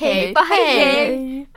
hei! hei!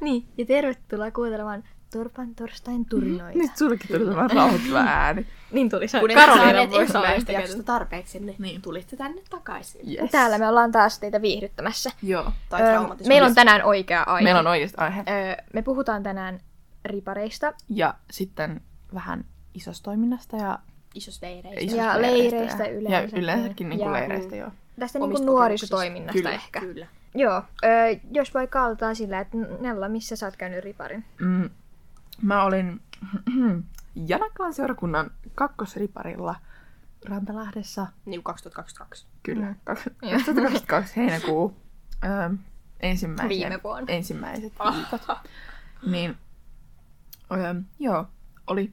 Niin, ja tervetuloa kuuntelemaan Torpan torstain turinoita. Nyt sulki tuli tämä rauhoittava ääni. Niin tuli se Kunnes Karoliina saaneet voisi olla ensimmäistä yhtä jaksosta tarpeeksi, niin, Niin. tulitte tänne takaisin. Yes. Täällä me ollaan taas teitä viihdyttämässä. Joo. Tai Öö, traumatisoinnista. meillä on tänään oikea aihe. Meillä on oikeasti aihe. Öö, me puhutaan tänään ripareista Ja sitten vähän isostoiminnasta ja Isosta leireistä. isosta Ja leireistä yleensä. Ja yleensäkin niinku Ja- mm. leireistä, joo. tästä Omista niinku kokemuksista. nuorisotoiminnasta Kyllä. ehkä. Kyllä. Joo, öö, jos voi kaltaa sillä, että Nella, missä sä oot käynyt riparin? Mm, mä olin Janakkalan seurakunnan kakkosriparilla Rantalahdessa. Niin kuin 2022. Kyllä. Tota, no 2022 heinäkuu. Öö, ensimmäisen, Viime vuonna. Ensimmäiset viikot. Niin, öö, joo, oli,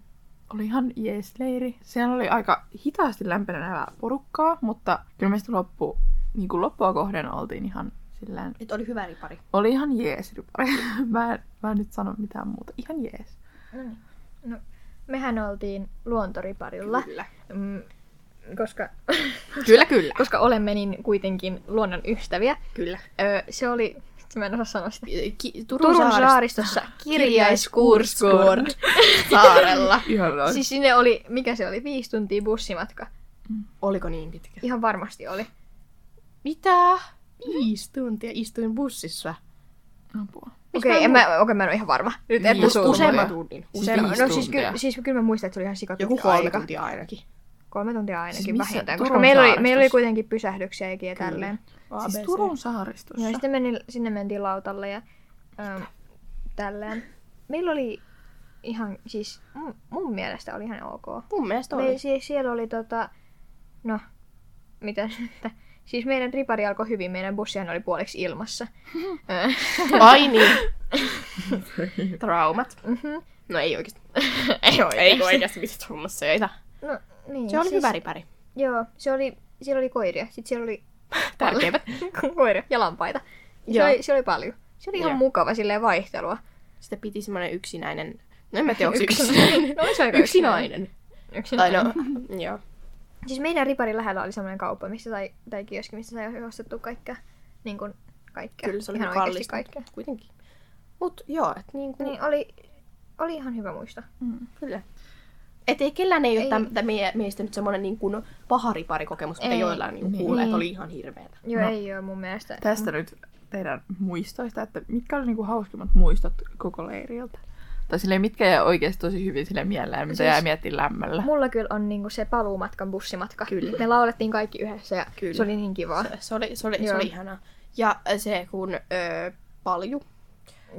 oli ihan jees leiri. Siellä oli aika hitaasti lämpenevää porukkaa, mutta kyllä meistä loppu, niin kuin loppua kohden oltiin ihan sillään Et oli hyvä ripari. oli ihan jees ripari. Mä en, mä en nyt sano mitään muuta. Ihan jees. No niin. No, mehän oltiin luontoriparilla, Kyllä. mm, koska, Kyllä, kyllä. koska olemme niin kuitenkin luonnon ystäviä. Kyllä. Öö, se oli, vitsi, mä en osaa sanoa sitä. Ki- Turun, saaristossa kirjaiskurskuun. saarella. Ihan Siis sinne oli, mikä se oli, viisi tuntia bussimatka. Oliko niin pitkä? Ihan varmasti oli. Mitä? Viisi tuntia istuin bussissa. apua. Okei, okay, en mä, okay, mä en ole ihan varma. Nyt en Viisi puhu tuntia. Useamman useamman. tunnin. Useamman. Viisi No siis, tuntia. kyllä, siis kyllä mä muistan, että se oli ihan sikapitkä Joku kolme aika. tuntia ainakin. Kolme tuntia ainakin Siis siis missä- vähintään, koska Turun meillä oli, saaristossa? meillä oli kuitenkin pysähdyksiäkin ja tälleen. Siis Turun saaristossa. Joo, ja sitten meni, sinne mentiin lautalle ja äm, tälleen. Meillä oli ihan, siis mun, mun mielestä oli ihan ok. Mun mielestä Me, oli. siis siellä oli tota, no, mitä nyt? Siis meidän ripari alkoi hyvin, meidän bussihan oli puoliksi ilmassa. Öö, Ö, Ai niin. Traumat. mhm. No ei oikeesti. Ei Ei oikeesti. oikeesti mitään traumasseita. No, niin, Se oli siis, hyvä ripäri. Joo, se oli, siellä oli koiria. Sitten siellä oli Tärkeimmät. koiria ja lampaita. Se Joo. oli, se oli paljon. Se oli ihan Joo. mukava, silleen vaihtelua. Sitä piti semmonen yksinäinen... No en mä tiedä, onko se Yksinäinen. yksinäinen. No, se on aika yksinäinen. Tai Yksinäinen. no, joo. Siis meidän riparin lähellä oli semmoinen kauppa, missä sai, tai kioski, missä sai ostettua kaikkea. Niin kuin kaikkea. Kyllä se oli ihan ihan oikeasti kallista. kaikkea. mutta Kuitenkin. Mut joo, et niinku... Niin oli, oli ihan hyvä muista. Mm. Kyllä. Et ei kellään ei, Ei. ole tämän, meistä nyt semmoinen niin kuin paharipari-kokemus, mutta Ei. joillain niin Niin. kuulee, että Niin. oli ihan hirveetä. Joo, No. ei ole mun mielestä. Tästä nyt teidän muistoista, että mitkä oli niinku hauskimmat muistot koko leiriltä? Tai silleen, mitkä jäi oikeesti tosi hyvin sille mieleen, mitä Siis- jää miettiin lämmöllä. Mulla kyllä on niinku se paluumatkan bussimatka. Kyllä. Me laulettiin kaikki yhdessä ja Kyllä. se oli niin kivaa. Se, se, oli, se, oli, se Joo. oli ihanaa. Ja se, kun ö, paljon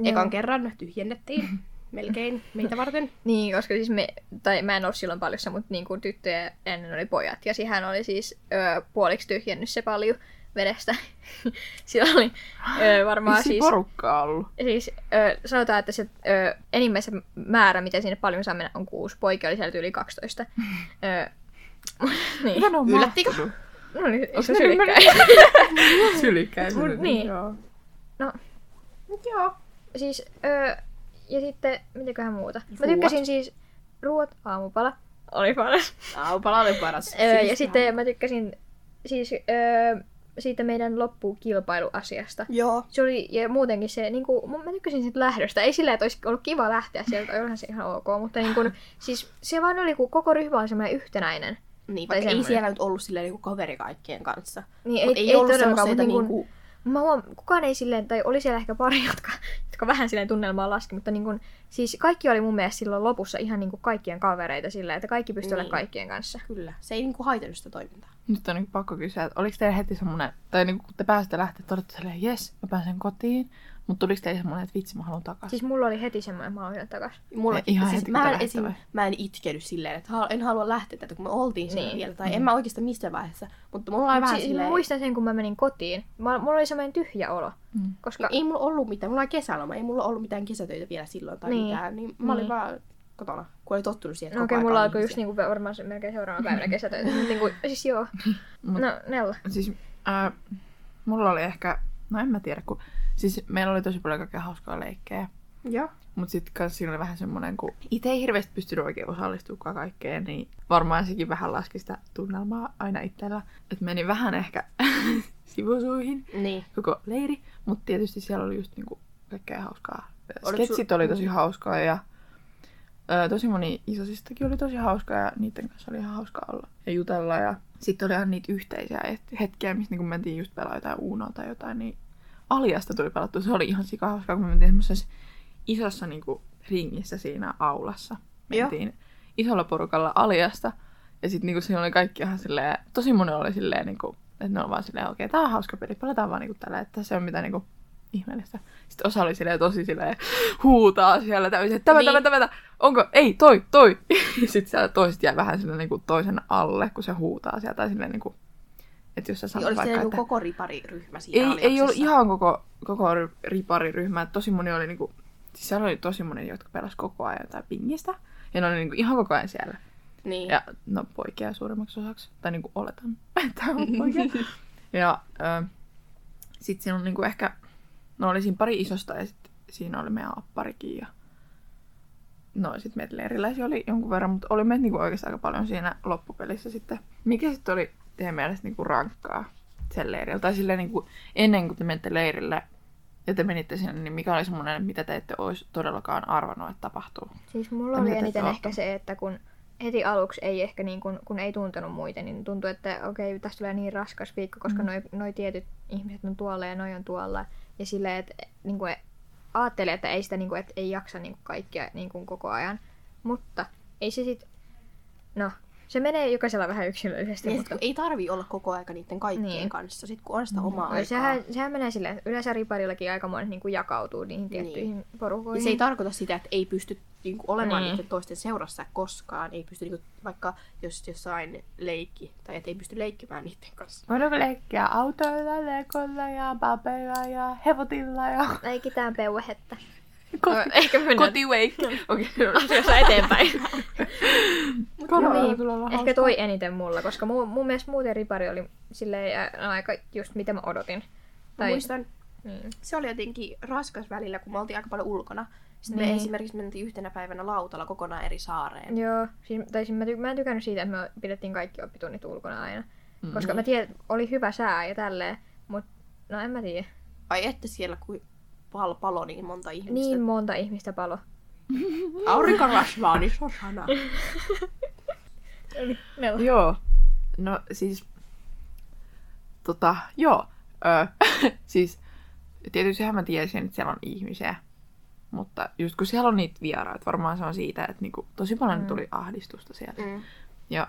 ekan kerran tyhjennettiin melkein meitä varten. Niin, koska siis me, tai mä en ollut silloin paljossa, mutta niin kuin tyttöjä ennen oli pojat. Ja siihen oli siis ö, puoliksi tyhjennyt se paljon vedestä. Sillä oli ö, varmaan Miksi siis... siis... porukkaa ollut? Siis ö, sanotaan, että se ö, enimmäisen määrä, mitä sinne paljon saa mennä, on kuusi. Poikia oli siellä yli 12. ö, niin. Mitä ne on Yllättikö? mahtunut? No niin, Onko se se sylikkä. Sylikkäin. Mut niin. Joo. Joo. Siis, ö, ja sitten, mitäköhän muuta? Mä Ruuat. tykkäsin siis ruoat aamupala. Oli paras. Aupala oli paras. Ö, ja sitten mä tykkäsin siis ö, siitä meidän loppukilpailuasiasta. Joo. Se oli, ja muutenkin se, niin kuin, mä tykkäsin siitä lähdöstä. Ei sillä, että olisi ollut kiva lähteä sieltä, olihan se ihan ok, mutta niin kuin, siis se vaan oli, kun koko ryhmä oli semmoinen yhtenäinen. Niin, Tai vaikka ei semmoinen. siellä nyt ollut silleen niinku kaveri kaikkien kanssa. Niin Mut ei, ei, ei todellakaan, semmoseita mutta niin kuin, niinku... mä huom, kukaan ei silleen, tai oli siellä ehkä pari, jotka, jotka vähän silleen tunnelmaa laski, mutta niin kuin, siis kaikki oli mun mielestä silloin lopussa ihan niin kuin kaikkien kavereita silleen, että kaikki pystyi Niin. olemaan kaikkien kanssa. Kyllä. Se ei niinku haitannut sitä toimintaa. Nyt on niinku pakko kysyä, että oliko teillä heti semmoinen, tai niinku, kun te pääsitte lähteä, te olitte silleen, jes, mä pääsen kotiin, mutta tuliko teille semmoinen, että vitsi, mä haluan takaisin? Siis mulla oli heti semmoinen, mä olin takaisin. Mulla, Ihan siis, heti, kun mä, te en lähdette esim, vai? mä en itkenyt silleen, että hal- en halua lähteä täältä, kun me oltiin siinä Niin. niin. vielä. Tai mm. en mä oikeastaan missään vaiheessa. Mutta mulla oli vähän Siis, mä silleen... muistan sen, kun mä menin kotiin. Mä, mulla oli semmoinen tyhjä olo, Mm. koska Ei mulla ollut mitään, mulla oli kesäloma, ei mulla ollut mitään kesätöitä vielä silloin tai Niin. niin. mitään, niin mä olin Niin. vaan kotona, kun oli tottunut siihen, että No okei, koko mulla aika on alkoi just ihmisiä. niinku varmaan se melkein seuraavana päivänä kesätöitä. niinku, siis joo. Mut- No, Nella. Siis äh, mulla oli ehkä, no en mä tiedä, kun siis meillä oli tosi paljon kaikkea hauskaa leikkejä. Joo. Mut sit kans siinä oli vähän semmonen, kun itse ei hirveästi pystynyt oikein osallistumaan kaikkeen, niin varmaan sekin vähän laski sitä tunnelmaa aina itsellä. Et meni vähän ehkä sivusuihin Niin. koko leiri. Mutta tietysti siellä oli just niinku kaikkea hauskaa. Oliko Sketsit sul- oli tosi hauskaa ja ö, tosi moni isosistakin oli tosi hauskaa ja niiden kanssa oli ihan hauskaa olla ja jutella. Ja sitten oli ihan niitä yhteisiä et- hetkiä, missä niinku mentiin just pelaa jotain uunoa tai jotain, niin aliasta tuli pelattu. Se oli ihan sika hauskaa, kun me mentiin semmoisessa isossa niinku ringissä siinä aulassa. Joo. Mentiin isolla porukalla aliasta. Ja sitten niinku siinä oli kaikki ihan silleen, tosi moni oli silleen, niinku, että ne on vaan silleen, okei, okay, tää on hauska peli, pelataan vaan niinku tällä, että se on mitään niinku ihmeellistä. Sitten osa oli silleen tosi silleen, huutaa siellä täysin, että tämä, niin. tämä, Niin. tämä, tämä, onko, ei, toi, toi. Ja sitten siellä toiset jää vähän silleen niinku toisen alle, kun se huutaa sieltä, tai silleen niinku, että jos sä niin sanot oliko se vaikka, joku että... koko ripariryhmä siinä Ei, ei ollut allianssissa? ihan koko, koko ri- ripariryhmä. että Tosi moni oli niinku, siis siellä oli tosi moni, jotka pelasi koko ajan jotain pingistä. Ja ne oli niinku ihan koko ajan siellä. Niin. Ja no poikia suurimmaksi osaksi. Tai niinku oletan, että on poikia. ja ö, sit siinä on niinku ehkä, no oli siinä pari isosta ja sit siinä oli meidän apparikin. Ja no sit meitä leiriläisiä oli jonkun verran, mutta oli meitä niinku oikeastaan aika paljon siinä loppupelissä sitten. Mikä sitten oli teidän mielestä niinku rankkaa sen leirillä? Tai silleen niinku ennen kuin te menitte leirille ja te menitte sinne, niin mikä oli semmoinen, mitä te ette olisi todellakaan arvannut, että tapahtuu? Siis mulla En oli mä tiedä, eniten onko. ehkä se, että kun heti aluksi ei ehkä niin kun, kun ei tuntenut muita, niin tuntui, että okei, tästä tulee niin raskas viikko, koska Mm. mm. noi, noi tietyt ihmiset on tuolla ja noi on tuolla. Ja silleen, että niin kun, ajattelee, että ei sitä niin kun, että ei jaksa niin kun, kaikkia niin kun, koko ajan. Mutta ei se sit... No, se menee jokaisella vähän yksilöllisesti, Ja sit, mutta... kun ei tarvi olla koko aika niiden kaikkien Niin. niin. kanssa, sit kun on sitä omaa No, aikaa. sehän, sehän menee silleen, että yleensä riparillakin aika monet niin jakautuu niihin Niin. tiettyihin niin. Ja porukoihin. se ei tarkoita sitä, että ei pysty niinku, olemaan Niin. niin. toisten seurassa koskaan. Ei pysty niinku, vaikka jos jossain leikki, tai et ei pysty leikkimään niiden kanssa. Voidaanko leikkiä autoilla, lekolla ja paperilla ja hevotilla ja ei ketään peuhetta. koti, Ehkä mennään kotiwake. Okei, asiassa eteenpäin. Kala Joo, on niin. kyllä olla Ehkä toi eniten mulla, koska mun, mun mielestä muuten ripari oli silleen ä, aika just mitä mä odotin. Tai... Tai, Muistan, niin. se oli jotenkin raskas välillä, kun me oltiin aika paljon ulkona. Sitten Niin. me esimerkiksi mentiin yhtenä päivänä lautalla kokonaan eri saareen. Joo, siis, tai siis mä, ty- mä en tykännyt siitä, että me pidettiin kaikki oppitunnit ulkona aina. Mm. Mm. Koska mä tiedän, että oli hyvä sää ja tälleen, mutta no en mä tiedä. Ai että siellä kuin pal- palo niin monta ihmistä. Niin monta ihmistä palo. Aurinko rasvaa, niin se on sana. Mm. Joo. No siis, tota, joo. Ö, siis, tietystihän mä tiesin, että siellä on ihmisiä. Mutta just kun siellä on niitä vieraita, varmaan se on siitä, että niinku, tosi paljon Mm. tuli ahdistusta siellä. Mm. Ja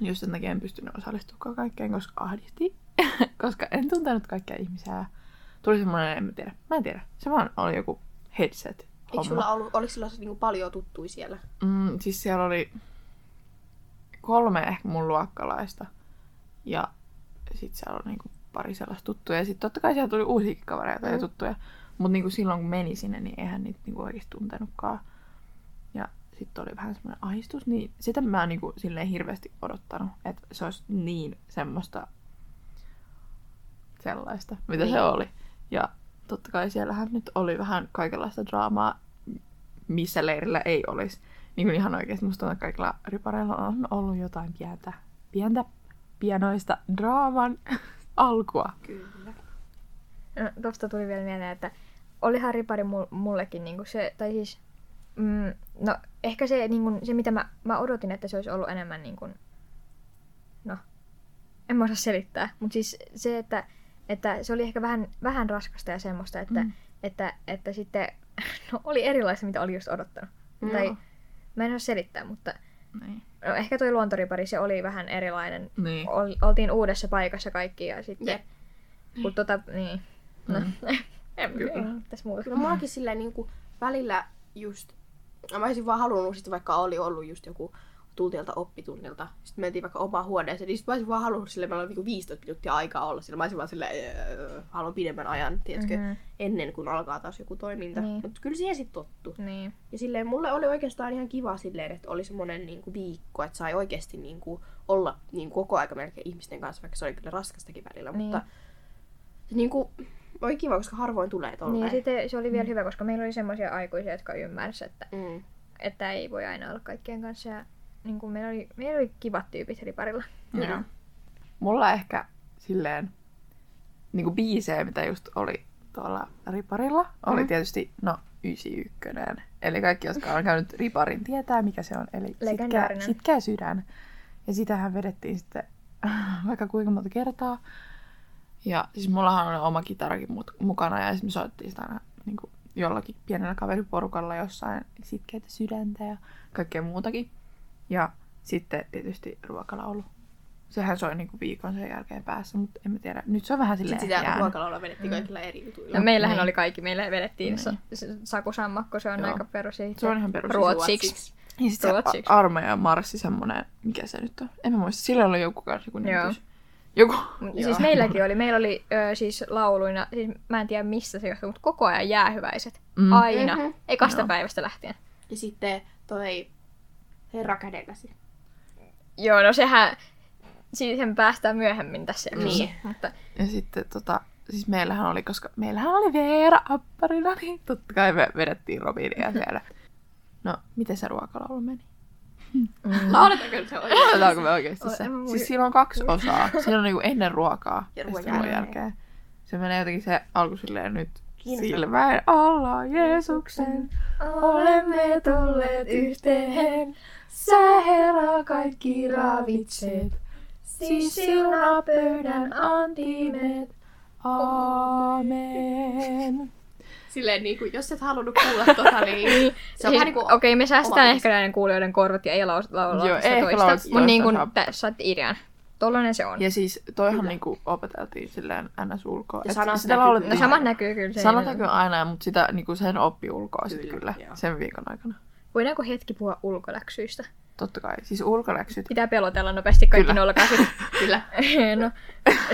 just sen takia en pystynyt osallistumaan kaikkeen, koska ahdisti. koska en tuntenut kaikkia ihmisiä. Tuli semmoinen, en mä tiedä. Mä en tiedä. Se vaan oli joku headset. Eikö sulla ollut, oliko sulla niinku paljon tuttuja siellä? Mm, siis siellä oli kolme ehkä mun luokkalaista. Ja sit siellä oli niinku pari sellaista tuttuja. Ja sit totta kai siellä tuli uusiakin kavereita mm. ja Mm. tuttuja. Mut niinku silloin kun meni sinne, niin eihän niitä niinku oikeesti tuntenutkaan. Ja sitten oli vähän semmoinen ahistus, niin sitä mä en niinku silleen hirveästi odottanut, että se olisi niin semmoista sellaista, mitä niin. se Niin. oli. Ja totta kai siellähän nyt oli vähän kaikenlaista draamaa, missä leirillä ei olisi. Niin kuin ihan oikeasti musta tuntuu, että kaikilla ripareilla on ollut jotain pientä, pientä pienoista draaman alkua. Kyllä. No, tosta tuli vielä mieleen, että olihan ripari mul- mullekin niinku se, tai siis, mm, no ehkä se, niinku, se mitä mä, mä odotin, että se olisi ollut enemmän niinku, no, en mä osaa selittää, mutta siis se, että, että se oli ehkä vähän, vähän raskasta ja semmoista, että, Mm. mm. että, että sitten, no oli erilaista, mitä oli just odottanut. Mm. Tai, mä en osaa selittää, mutta Niin. no, ehkä toi luontoripari, se oli vähän erilainen. niin. Ol, oltiin uudessa paikassa kaikki ja sitten, Jep. kun tota, niin, no, Mm. en, Kyllä. en, tässä muuta. Kyllä mullakin silleen niin kuin välillä just, mä olisin vaan halunnut, sit vaikka oli ollut just joku tuntilta oppitunnilta, sitten mentiin vaikka omaan huoneeseen, niin sit mä olisin vaan halunnut sille, meillä oli niinku 15 minuuttia aikaa olla sillä, mä olisin vaan sille, "Öö, haluan pidemmän ajan, tiedätkö, mm-hmm. Mhm. ennen kuin alkaa taas joku toiminta. Niin. Niin. Mutta kyllä siihen sitten tottu. Niin. Ja silleen mulle oli oikeastaan ihan kiva silleen, että oli semmoinen niinku viikko, että sai oikeasti niinku olla niinku koko aika melkein ihmisten kanssa, vaikka se oli kyllä raskastakin välillä, Niin. niin. mutta se niinku oli kiva, koska harvoin tulee tolleen. niin sitten se Mm. oli vielä hyvä, koska meillä oli semmoisia aikuisia, jotka ymmärsivät, että, Mm. että ei voi aina olla kaikkien kanssa. Ja, niin kuin meillä, oli, meillä oli kivat tyypit eri parilla. Joo. Mulla ehkä silleen niinku biisejä, mitä just oli tuolla riparilla, oli Mhm. tietysti no 91. Eli kaikki, jotka on käynyt riparin, tietää mikä se on. Eli sitkeä, Legendaarinen. sitkeä sydän. Ja sitähän vedettiin sitten vaikka kuinka monta kertaa. Ja siis mullahan on oma kitarakin mut- mukana ja esimerkiksi soittiin sitä aina niin kuin jollakin pienellä kaveriporukalla jossain sitkeitä sydäntä ja kaikkea muutakin. Ja sitten tietysti ruokalaulu. Sehän soi niin kuin viikon sen jälkeen päässä, mutta en mä tiedä. Nyt se on vähän silleen Sitten sitä jäänyt. ruokalaulua vedettiin Mm. kaikilla eri jutuilla. No, meillähän niin. oli kaikki. Meillä vedettiin Niin. niin. Saku Sammakko, se on Joo. Joo. aika perus. Se on ihan perus. Ruo- ruotsiksi. Ja sit se a- ruotsiksi. armeija marssi semmoinen, mikä se nyt on? En mä muista. Sillä oli joku kanssa joku Joo. nimitys. Joku. Mut Joo. Siis meilläkin oli, meillä oli ö, siis lauluina, siis mä en tiedä mistä se johtuu, mutta koko ajan jäähyväiset. Mm. Aina. Mhm. Mm-hmm. Ekasta Joo. päivästä lähtien. Ja sitten toi herra kädelläsi. Joo, no sehän, siihen päästään myöhemmin tässä jaksossa. Niin. Mutta Ja sitten tota, siis meillähän oli, koska meillähän oli Veera apparina, niin totta kai me vedettiin Robinia siellä. No, miten se ruokalaulu meni? Mm. Lauletako se oikein? Otetaanko me oikeasti se? Oi, en mä muista. Siis siinä on kaksi osaa. Siinä on niinku ennen ruokaa ja Ja sitten ruoan ruoan jälkeen. Se menee jotenkin se alku silleen nyt Kiinnostaa. silmäin alla Jeesuksen. Olemme tulleet yhteen, sä herra kaikki ravitset. Siis siunaa pöydän antimet. Aamen. Silleen niin kuin, jos et halunnut kuulla tota, niin se on siis, vähän niinku niin kuin... Okei, me säästetään oma ehkä näiden kuulijoiden korvat ja ei laus- laulaa Joo, Joo, ei toista. ehkä laulata Mutta niin kuin toista, saa- tässä sait idean. Tollainen se on. Ja siis toihan niinku opeteltiin silleen ns. ulkoa. Ja Et sanat sitä näkyy No laulettiin. kyllä. samat näkyy kyllä. siinä. Sanat näkyy aina, mutta sitä niinku sen oppi ulkoa kyllä, Kyllä, kyllä joo. sen viikon aikana. Voidaanko hetki puhua ulkoläksyistä? Totta kai. Siis ulkoläksyt. Pitää pelotella nopeasti kaikki Kyllä. nolkasit. Kyllä. no,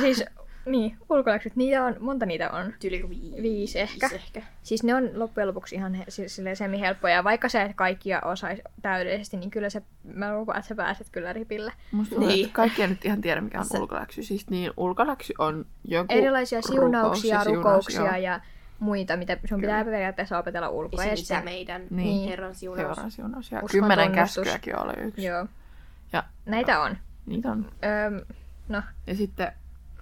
siis niin, ulkoläksyt, niitä on, monta niitä on. Tyyli viisi, Viisi ehkä. ehkä. Siis ne on loppujen lopuksi ihan he, si- silleen semihelppoja. Ja Vaikka sä et kaikkia osaisi täydellisesti, niin kyllä se, mä lupaan, että sä pääset kyllä ripille. Musta tuntuu, Niin. että kaikki ei nyt ihan tiedä, mikä on Se- ulkoläksy. Siis niin, ulkoläksy on joku Erilaisia rukous siunauksia, ja siunaus, rukouksia joo. ja muita, mitä sun Kyllä. pitää periaatteessa opetella ulkoa. Ja Ja se, mitä sitten- meidän Niin. Herran siunaus. Seuraa siunaus. Ja Uskon kymmenen tunnustus. käskyäkin oli yksi. Joo. Ja- Näitä on. Niitä on. Öm, no, Ja sitten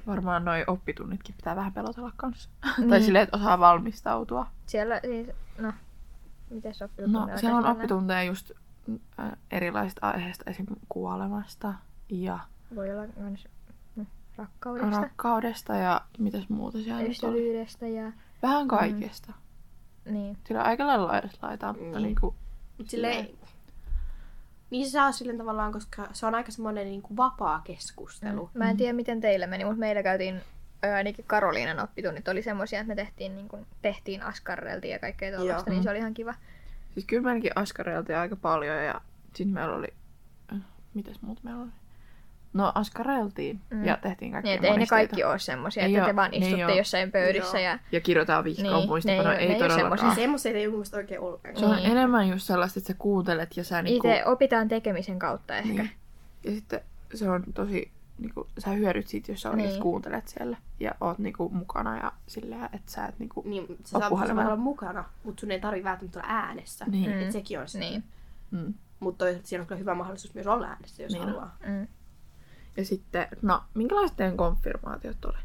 varmaan noi oppitunnitkin pitää vähän pelotella kanssa. tai niin, silleen, että osaa valmistautua. siellä siis, no, miten se oppii? No, siellä on oppitunteja just äh, erilaisista aiheista, esim. kuolemasta ja Voi olla myös mm, rakkaudesta, rakkaudesta ja mitäs muuta siellä nyt oli. ystävyydestä ja Vähän kaikesta. niin. Sillä aika lailla laidasta laitaa, mutta Niin. niinku, Mut silleen, niin se saa silleen tavallaan, koska se on aika semmoinen niin kuin vapaa keskustelu. Mm. Mä en tiedä, miten teillä meni, mutta meillä käytiin ö, ainakin Karoliinan oppitunnit oli semmoisia, että me tehtiin, niin kun, tehtiin askarreltiin ja kaikkea tuollaista, Joo. niin se oli ihan kiva. Siis kyllä me ainakin askareltiin aika paljon ja sitten meillä oli... äh, Mitäs muuta meillä oli? No askareltiin Mm. mm. ja tehtiin kaikkia Niin, että ei ne monisteita. kaikki ole semmoisia, Ei että oo, te vaan niin istutte joo. jossain pöydissä Joo. ja Ja kirjoitetaan vihkoon Niin, niin, ne muistiinpano, ei ei, oo- ne ei oo todellakaan. semmosia. Se, Semmoiset Siis ei mun mielestä oikein ollenkaan. se on Ah. Niin. enemmän just sellaista, että sä kuuntelet ja sä niinku... itse opitaan tekemisen kautta ehkä. Niin. Ja sitten se on tosi... Niinku, sä hyödyt siitä, jos sä oikeesti Niin. kuuntelet siellä ja oot niinku mukana ja silleen, että sä et niinku... Niin, sä On saat puhelema. olla mukana, mutta sun ei tarvi välttämättä olla äänessä. Niin. Mm. Et sekin on se. Niin. Mm. Mutta toisaalta siinä on kyllä hyvä mahdollisuus myös olla äänessä, jos Niin on. haluaa. Mm. Ja sitten, no, minkälaiset teidän konfirmaatiot oli?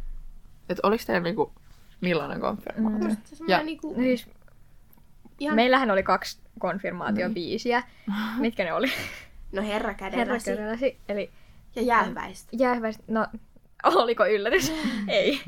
Et oliks teillä niinku... Millainen konfirmaatio? Mm. Mm. Se semmoinen Ja- niinku, No siis, ihan, meillähän oli kaksi konfirmaatiobiisiä. Niin. Mitkä ne oli? no herra kädelläsi Herra kädelläsi, eli ja jääväistä. Jäävästi, no oliko yllätys? Ei.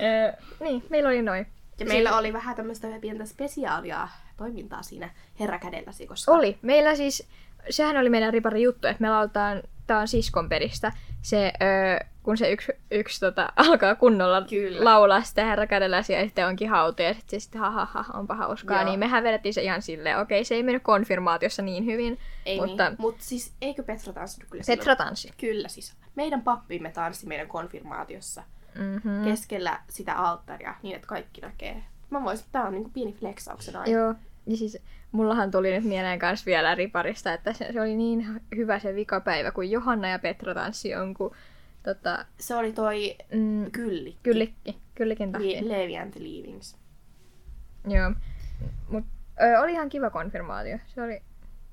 Ö, niin, meillä oli noin. Ja siis- meillä oli vähän tämmöistä pientä spesiaalia toimintaa siinä herra kädelläsi, koska Oli. Meillä siis, sehän oli meidän ripari juttu, että me lauletaan, tää on siskon peristä, se, ö, kun se yksi, yksi tota, alkaa kunnolla Kyllä. laulaa sitä herra kädelläsi ja sitten onkin hauta ja sitten se sitten ha, ha, ha, onpa hauskaa, Joo. niin mehän vedettiin se ihan silleen, okei se ei mennyt konfirmaatiossa niin hyvin, ei mutta... mutta- Niin. Mut siis eikö Petra tanssinut kyllä silloin? Petra tanssi. Kyllä siis. Meidän pappimme tanssi meidän konfirmaatiossa Mm-hmm. keskellä sitä alttaria niin, että kaikki näkee. Mä voisin, tää on niinku pieni flexauksen aina. Joo, ja siis mullahan tuli nyt mieleen kanssa vielä riparista, että se, se oli niin hyvä se vikapäivä, kun Johanna ja Petra tanssi jonkun tota, Se oli toi mm, kylli. kyllikki, kyllikin tahtiin. Li- Levi and the Leavings. Mm. Joo. Mut ö, oli ihan kiva konfirmaatio. Se oli,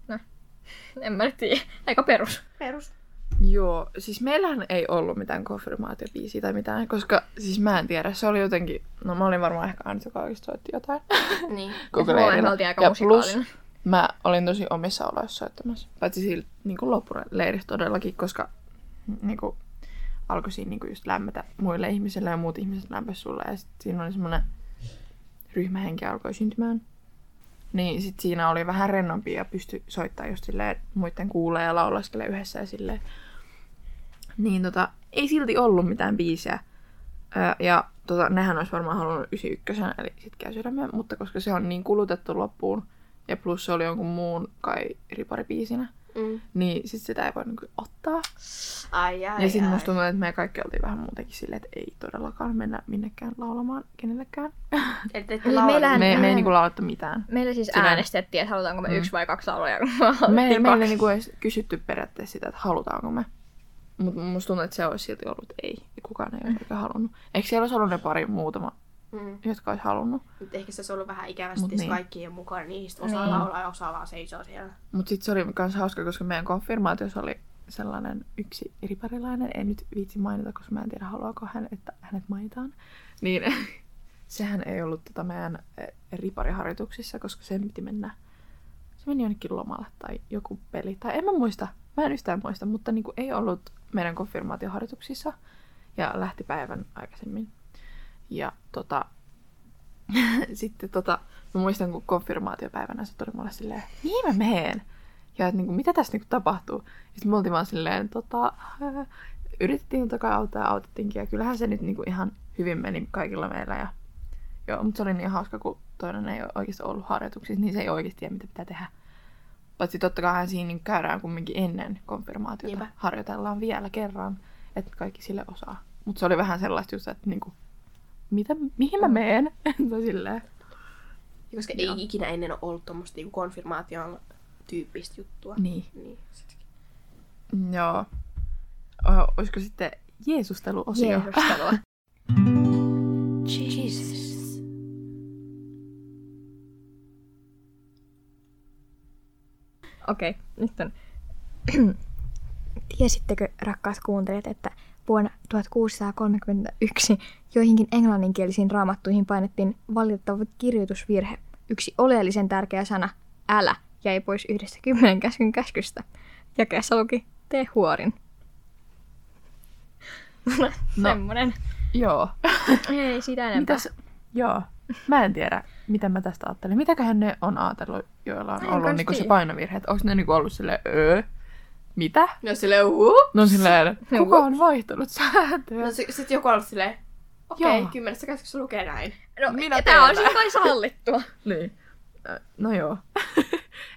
no, en mä nyt tiedä, aika perus. Perus. Joo, siis meillähän ei ollut mitään konfirmaatiobiisiä tai mitään, koska siis mä en tiedä, se oli jotenkin, no mä olin varmaan ehkä ainut, joka oikeasti soitti jotain Niin. koko Molemmat leirillä. oltiin aika Ja plus musikaalinen. mä olin tosi omissa oloissa soittamassa, paitsi sillä niin loppuleirissä todellakin, koska niin kuin, alkoi siinä niin kuin just lämmetä muille ihmisille ja muut ihmiset lämpesi sulle ja sitten siinä oli semmoinen ryhmähenki alkoi syntymään. Niin sit siinä oli vähän rennompi ja pystyi soittamaan just silleen, että muiden kuulee ja laulaskelee yhdessä ja silleen. Niin tota, ei silti ollut mitään biisiä. Ö, ja tota, nehän olisi varmaan halunnut 91, eli sit käy sydämeen, mutta koska se on niin kulutettu loppuun, ja plus se oli jonkun muun kai riparibiisinä, Mm. niin sit sitä ei voi niinku ottaa. Ai, ai, ja sitten ai. musta tuntuu, että me kaikki oltiin vähän muutenkin silleen, että ei todellakaan mennä minnekään laulamaan kenellekään. Et, et Eli laula- meillähän- Me, me ei mehän- niinku laulettu mitään. Meillä siis Sinä- äänestettiin, että halutaanko me Mm. yksi vai kaksi laulajaa. Me Me ei meille kaksi. niinku edes kysytty periaatteessa sitä, että halutaanko me. Mutta musta tuntuu, että se olisi silti ollut ei. Ja Kukaan ei olisi oikein halunnut. Eikö siellä olisi ollut ne pari muutama, Mm. jotka olisi halunnut? Nyt ehkä se olisi ollut vähän Mut ikävästi niin. niin. kaikkien mukaan, niin sit osa Niin. laulaa ja osa vaan seisoo siellä. Mutta sitten se oli myös hauska, koska meidän konfirmaatiossa oli sellainen yksi riparilainen, en nyt viitsi mainita, koska mä en tiedä haluaako hän, että hänet mainitaan. Niin sehän ei ollut tota meidän eh, ripariharjoituksissa, koska sen piti mennä, se meni jonnekin lomalle tai joku peli. Tai en mä muista, mä en yhtään muista, mutta niinku ei ollut meidän konfirmaatioharjoituksissa ja lähti päivän aikaisemmin. Ja tota, sitten tota, mä muistan, kun konfirmaatiopäivänä se tuli mulle silleen, mihin mä meen? Ja että niin kuin, mitä tässä niin kuin, tapahtuu? Ja sitten me oltiin vaan silleen, tota, ää, yritettiin totta kai auttaa ja autettiinkin. Ja kyllähän se nyt niin kuin, ihan hyvin meni kaikilla meillä. Ja, joo, mutta se oli niin hauska, kun toinen ei ole oikeasti ollut harjoituksissa, niin se ei oikeasti tiedä, mitä pitää tehdä. Paitsi totta kai siinä niin käydään kumminkin ennen konfirmaatiota. Niinpä. Harjoitellaan vielä kerran, että kaikki sille osaa. Mutta se oli vähän sellaista just, että niin kuin, mitä, mihin mä meen? Tai silleen. Ja Koska Joo. ei ikinä ennen ole ollut tuommoista niinku konfirmaation tyyppistä juttua. Niin. Niin, sitkin. Joo. O, olisiko sitten Jeesusteluosio? Jeesustelua. Jesus. Okei, okay, nyt on. Tiesittekö, rakkaat kuuntelijat, että vuonna 1631 joihinkin englanninkielisiin raamattuihin painettiin valitettava kirjoitusvirhe. Yksi oleellisen tärkeä sana, älä, jäi pois yhdestä kymmenen käskyn käskystä. Ja kässä luki, tee huorin. no, semmonen. Joo. Ei sitä enempää. Mitäs? Joo. Mä en tiedä, mitä mä tästä ajattelin. Mitäköhän ne on ajatellut, joilla on Mä en ollut kans niinku se tiedä. painovirhe? Onko ne niinku ollut silleen, öö, mitä? No silleen, huu? No silleen, No, kuka on vaihtanut sääntöä? No si- sit joku on ollut silleen, okei, Joo. okay, kymmenessä käskyssä lukee näin. No, minä tää on teen siis kai sallittua. Niin. Ö, No joo.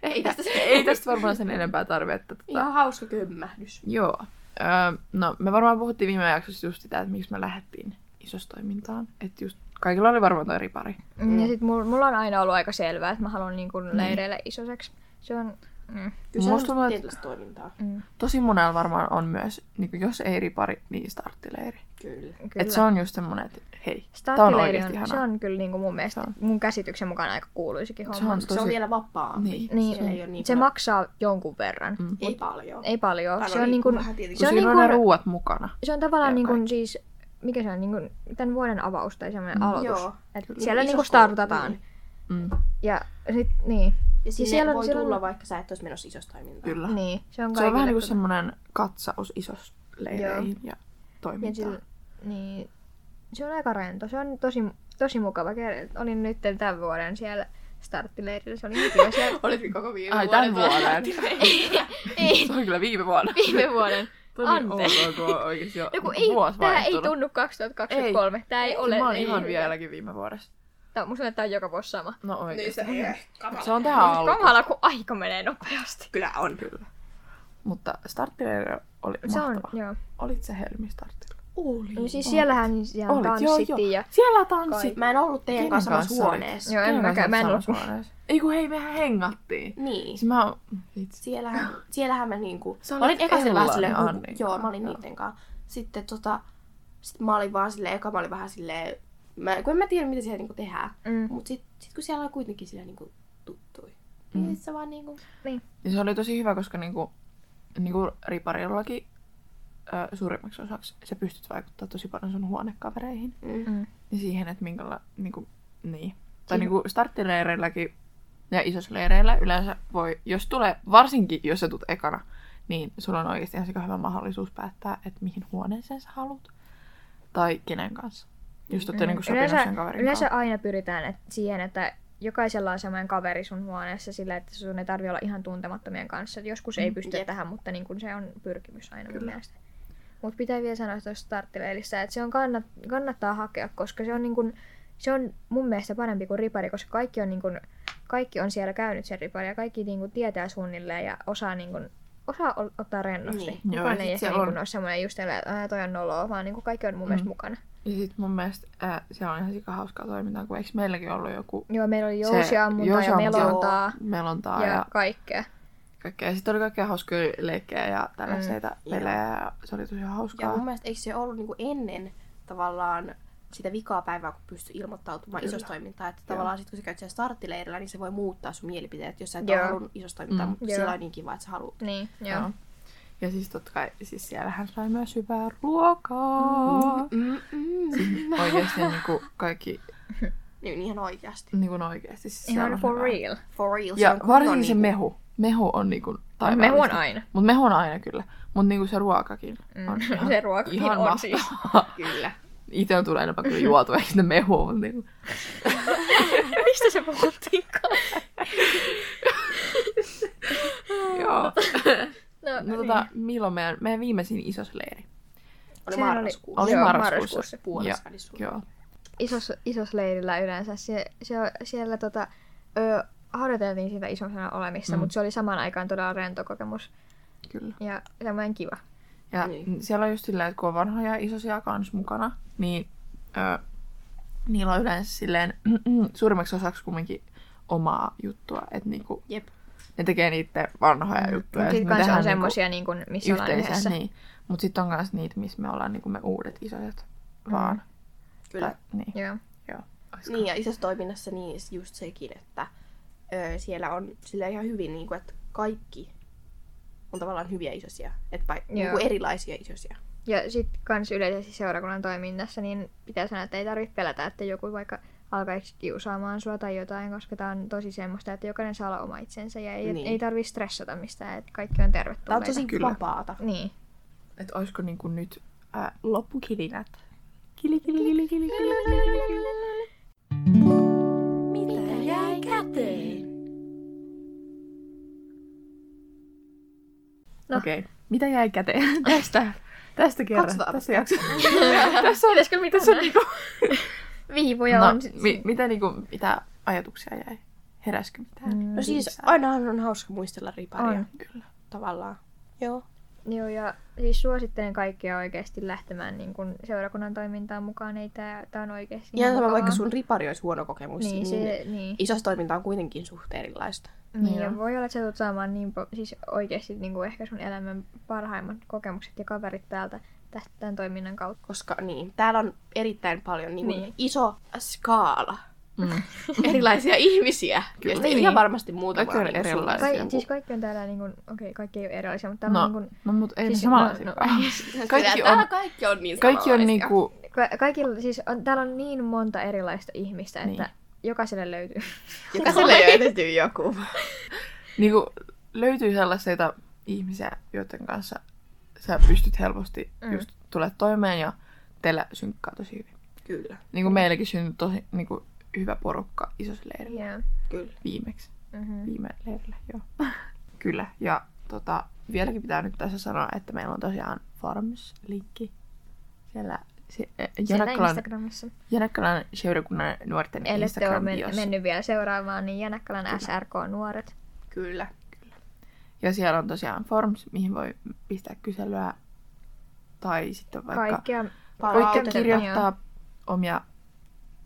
Ei tästä se. Ei tästä varmaan sen enempää tarvetta. Tota, Ihan hauska kömmähdys. Joo. Öö, no, me varmaan puhuttiin viime jaksossa just sitä, että miksi me lähdettiin isostoimintaan. Että just kaikilla oli varmaan toi ripari. Mm. Ja sit mulla, mulla on aina ollut aika selvää, että mä haluan niin Mm. kuin leireille isoseksi. Se on... Mm. Kyllä se Musta tuntuu, on että- tietynlaista toimintaa. Mm, tosi monella varmaan on myös, niin kuin jos ei ripari, niin starttileiri. Kyllä. kyllä. Että se on just semmoinen, että hei, tää on Starttileiri oikeasti on, se ihanaa. on kyllä niin kuin mun mielestä, Se on. mun käsityksen mukaan aika kuuluisikin Se homma. on Se on tosi... vielä vapaampi. Niin. Niin, Siellä ei oo niin se paljon- maksaa jonkun verran. Mm. Ei paljon. Ei paljon. Tai Se no on, niin kuin, vähän tietenkin. se Kun on siinä on niinku- ne ruuat mukana. se on tavallaan Ja niin kuin, kaikki. siis, mikä se on, niin kuin, tämän vuoden avaus tai semmoinen Mm. aloitus. Joo. Et Kyllä. siellä Iso niin kuin koulu, startataan. niin. Mm. Ja sit, niin, Ja siis siellä sinne siellä on- voi siellä on- tulla, vaikka sä et olisi menossa isosta toimintaa. Kyllä. niin, se on Se on kaikille vähän niin kuin tota- semmoinen katsaus isos leireihin ja Ja toimintaan. sillä, niin, se on aika rento. Se on tosi, tosi mukava. Ker- Olin nyt tämän vuoden siellä starttileirillä. Se oli hyvä siellä Olitkin koko viime Ai, tän vuoden vuoden. Ei. Se on kyllä viime vuonna. viime vuoden. Toi on niin Niin. Anteeksi. outoa, kun on oikeesti jo niinku Joku ei, vuosi tää ei vaihtunut. tunnu 2023. Ei. Tää ei ole. Mä oon ei, ihan ei- vieläkin viime vuodessa. Tää, musta tuntuu, että tää on joka vuosi sama. No oikein. Niin se, Niin Se on tähän alku. Kamala, kun aika menee nopeasti. Kyllä on. Kyllä. Mutta starttileiri oli Se on, mahtava. joo. Olit se Helmi startilla? Oli. No siis siellähän siellä Olit, joo, tanssittiin joo. ja... Siellä tanssit. Kaikki. Mä en ollut teidän Kenen kanssa samassa kanssa olit? huoneessa. Joo, en Kenen mäkään, kanssa mä en olit samassa huoneessa? Ei kun hei, mehän hengattiin. Niin. Siis mä oon... Vitsi. Siellähän, siellähän mä niinku... Sä Mä olin olit eka siellä vähän Ellan silleen... ja hu- Annin Joo, mä kanssa, olin joo. niiden kanssa. Sitten tota... Sitten mä olin vaan silleen... Eka mä olin vähän silleen... Mä, kun en mä tiedä, mitä siellä niinku tehdään. Mm. Mut sit, sit kun siellä oli kuitenkin silleen niinku tuttui. Mm. Niin sit se vaan niinku... Niin. Ja se oli tosi hyvä, koska niinku, niinku riparillakin ö, suurimmaksi osaksi sä pystyt vaikuttaa tosi paljon sun huonekavereihin. Mm. Mm. Ja siihen, että minkäla... Niin. Kuin, niin. Tai Siinä- niin kuin starttileireilläkin ja isosleireillä yleensä voi, jos tulee, varsinkin jos sä tulet ekana, niin sulla on oikeasti ihan sika hyvä mahdollisuus päättää, että mihin huoneeseen sä haluat. Tai kenen kanssa. Jos olette Mm. niin sopinut sen kaverin yleensä kanssa. aina pyritään et, siihen, että jokaisella on samoin kaveri sun huoneessa sillä, että sun ei tarvi olla ihan tuntemattomien kanssa. Joskus ei Mm, pysty jep. tähän, mutta niin kun se on pyrkimys aina mun Kyllä. mielestä. Mutta pitää vielä sanoa tuosta starttileilistä, että se on kannat, kannattaa hakea, koska se on, niin kun, se on mun mielestä parempi kuin ripari, koska kaikki on, niin kun, kaikki on siellä käynyt sen ripari ja kaikki niin kun, tietää suunnilleen ja osaa, niin kun, osaa ol- ottaa rennosti. Niin. Kukaan Joo, ja sit ei ehkä siellä niin kun, on- ole semmoinen just, tällä, että "Ää, toi on noloa, vaan niin kun, kaikki on mun mielestä Mm. mukana. Ja sit mun mielestä äh, siellä on ihan sika hauskaa toimintaa, kun eikö meilläkin ollut joku Joo, meillä oli Se jousiammuntaa ja jousiammunta- melontaa melontaa ja, ja kaikkea. kaikkea. Ja sitten oli kaikkea hauskoja leikkejä ja tällaisia Mm, pelejä. Ja se oli tosi Ja hauskaa. mun mielestä eikö se ollut niinku ennen tavallaan sitä vikaa päivää, kun pystyy ilmoittautumaan Kyllä. isostoimintaan. Että Joo. tavallaan sit kun sä käyt siellä starttileirillä, niin se voi muuttaa sun mielipiteet, jos sä et Joo. ole halunnut isostoimintaa, Mm. mutta Joo. siellä on niin kiva, että sä haluat. Niin, joo. Joo. Ja siis totta kai, siis siellähän sai myös hyvää ruokaa. Mm. Mm, mm. Oikeasti niinku kaikki, niin, ihan oikeasti. niinku oikeasti. Siis siellä Ihan on for hyvää. real. For real. Ja kunnon varsinkin se niinku- mehu. Mehu on niinku Me taivaallista. huon aina. Mut mehu on aina kyllä. Mut niinku se ruokakin Mm. on ihan, se ruokakin ihan on mahtavaa. siis. Kyllä. Itse on tullut enemmän kyllä juotu, eikä sitä mehua. Mut niinku. Mistä se puhuttiinkaan? Joo. No, No tota, milloin meidän, meidän viimeisin isosleiri? Oli Sehän oli- marraskuussa. Oli Joo, marraskuussa. marraskuussa. Ja- Puolessa välissä. Joo. Isos, isos leirillä yleensä. Se, se, siellä tota, ö, harjoiteltiin sitä isompana olemista, Mm. mutta se oli samaan aikaan todella rento kokemus Kyllä. ja semmoinen kiva. Ja Niin. niin. siellä on just sillä, että kun on vanhoja ja isosia kanssa mukana, niin ö, niillä on yleensä silleen suurimmaksi osaksi kumminkin omaa juttua. Että niinku, Jep. ne tekee niitä vanhoja mm. juttuja. ja Sitten sit me kanssa on tehdään semmoisia, niin kuin, missä niinku ollaan yhteisiä. yhdessä. Niin. Mutta sitten on myös niitä, missä me ollaan niinku me uudet isoset vaan. Kyllä. Tai- niin. Joo. Olisiko- Niin, ja isossa toiminnassa niin just sekin, että ö, siellä on sillä ihan hyvin, niin kuin, että kaikki on tavallaan hyviä isosia, että vai, niin kuin Joo. erilaisia isosia. Ja sitten kans yleisesti seurakunnan toiminnassa, niin pitää sanoa, että ei tarvitse pelätä, että joku vaikka alkaisi kiusaamaan sua tai jotain, koska tämä on tosi semmoista, että jokainen saa olla oma itsensä ja ei, Niin. niin. ei tarvitse stressata mistään, että kaikki on Tämä tervetulleita. on tosi Kyllä. vapaata. Niin. Että olisiko niinku nyt ää, loppukilinät. Kili, kili, kili, kili, kili, kili, kili, kili. Mitä jäi käteen? No. Okei. Okay. Mitä jäi käteen tästä? Tästä kerran. Katsotaan. Tästä jaksosta. Tässä on, Pitäisikö mitä se niinku... Viivoja no, on. mi- mitä, niinku, mitä ajatuksia jäi? Heräskö mitään? Mm. No siis Lisää. ainahan on hauska muistella riparia. On. Kyllä. Tavallaan. Joo. Joo, ja siis suosittelen kaikkia oikeasti lähtemään niin kun seurakunnan toimintaan mukaan. Ei tää, tää on oikeasti Ihan sama, mukavaa. vaikka sun ripari olisi huono kokemus, Niin, se, niin. isossa toiminta on kuitenkin suht erilaista. Niin, Joo. ja voi olla, että sä tulet saamaan niin, po- siis oikeasti niin kuin ehkä sun elämän parhaimmat kokemukset ja kaverit täältä tästä tämän toiminnan kautta. Koska niin, täällä on erittäin paljon niin niin. Niin. iso skaala Mm. erilaisia ihmisiä. Kyllä. Kyllä. Ja niin. Niin. ihan varmasti muutama Kaikki on niinku sun- erilaisia. Kai, joku- siis kaikki on täällä, niin kuin, okei, okay, kaikki ei ole erilaisia, mutta täällä No, on niin kuin, no mut ei siis, Siis- ne samanlaisia. no, No, no, kaikki Kaikki on, on, kaikki on niin kaikki on samanlaisia. niinku, ka- kaikilla, siis on, täällä on niin monta erilaista ihmistä, että Niin. jokaiselle löytyy. Jokaiselle löytyy joku. niinku, löytyy sellaisia ihmisiä, joiden kanssa sä pystyt helposti Mm. mm. just tulet toimeen ja teillä synkkaa tosi hyvin. Kyllä, Niinku meilläkin syntyi tosi niinku, hyvä porukka isossa leirillä yeah. kyllä. viimeksi. mm-hmm. viime leirillä, joo. Kyllä, ja tota, vieläkin pitää nyt tässä sanoa, että meillä on tosiaan Forms-linkki siellä se, äh, Siellä Janakkalan, Instagramissa. Janakkalan seurakunnan nuorten Eli te ole instagram men- mennyt vielä seuraamaan, niin Janakkalan SRK-nuoret. Kyllä. Ja siellä on tosiaan Forms, mihin voi pistää kyselyä tai sitten vaikka Kaikkea. voitte Palautetta, kirjoittaa omia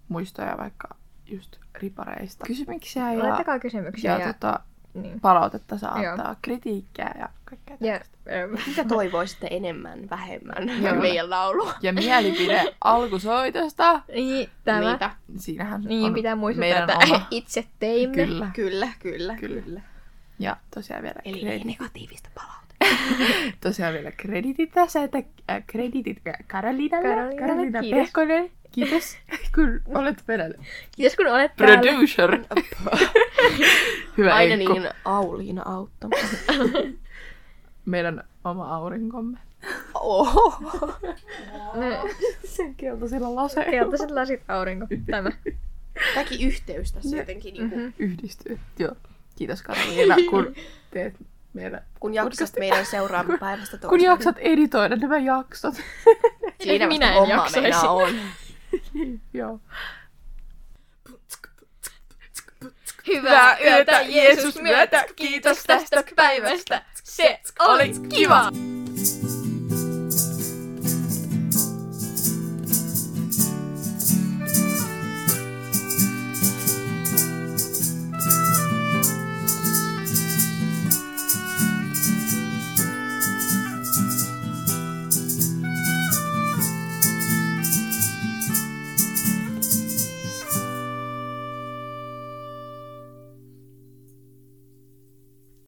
muistoja vaikka just ripareista, kysymyksiä ja, Laittakaa kysymyksiä. ja, Ja, tota, niin. palautetta saa Joo. antaa, kritiikkiä ja kaikkea ja, ähm, Mitä toivoisitte enemmän, vähemmän Joo. meidän laulu? ja mielipide alkusoitosta. niin, tämä. Niitä. Siinähän Niin, on pitää muistuttaa, meidän että oma. itse teimme. Kyllä. Kyllä, kyllä, Kyllä. kyllä. Ja tosiaan vielä Eli ei kredi- negatiivista palautetta. Tosiaan vielä kreditit tässä, että äh, kreditit Karolinalle. Karoliina, Karoliina kiitos. Pehkonen. Kiitos, kun olet vedellä. Kiitos kun olet täällä. Producer. Hyvä Aina Eikku. niin Auliina auttamaan. Meidän oma aurinkomme. Oho. No, Sen keltaisilla laseilla. Keltaiset lasit aurinko. Tämä. Kaikki yhteys tässä jotenkin, niin kuin, Mhm. Yhdistyy. Joo. Kiitos Karoliina, kun teet meidän kun jaksat Podcasti. meidän seuraamme päivästä toiseen. Kun jakset editoida nämä jaksot. Siinä minä en vasta homma jaksaisi. meinaa on. Joo. Hyvää yötä, Jeesus myötä. Kiitos tästä päivästä. Se oli kiva.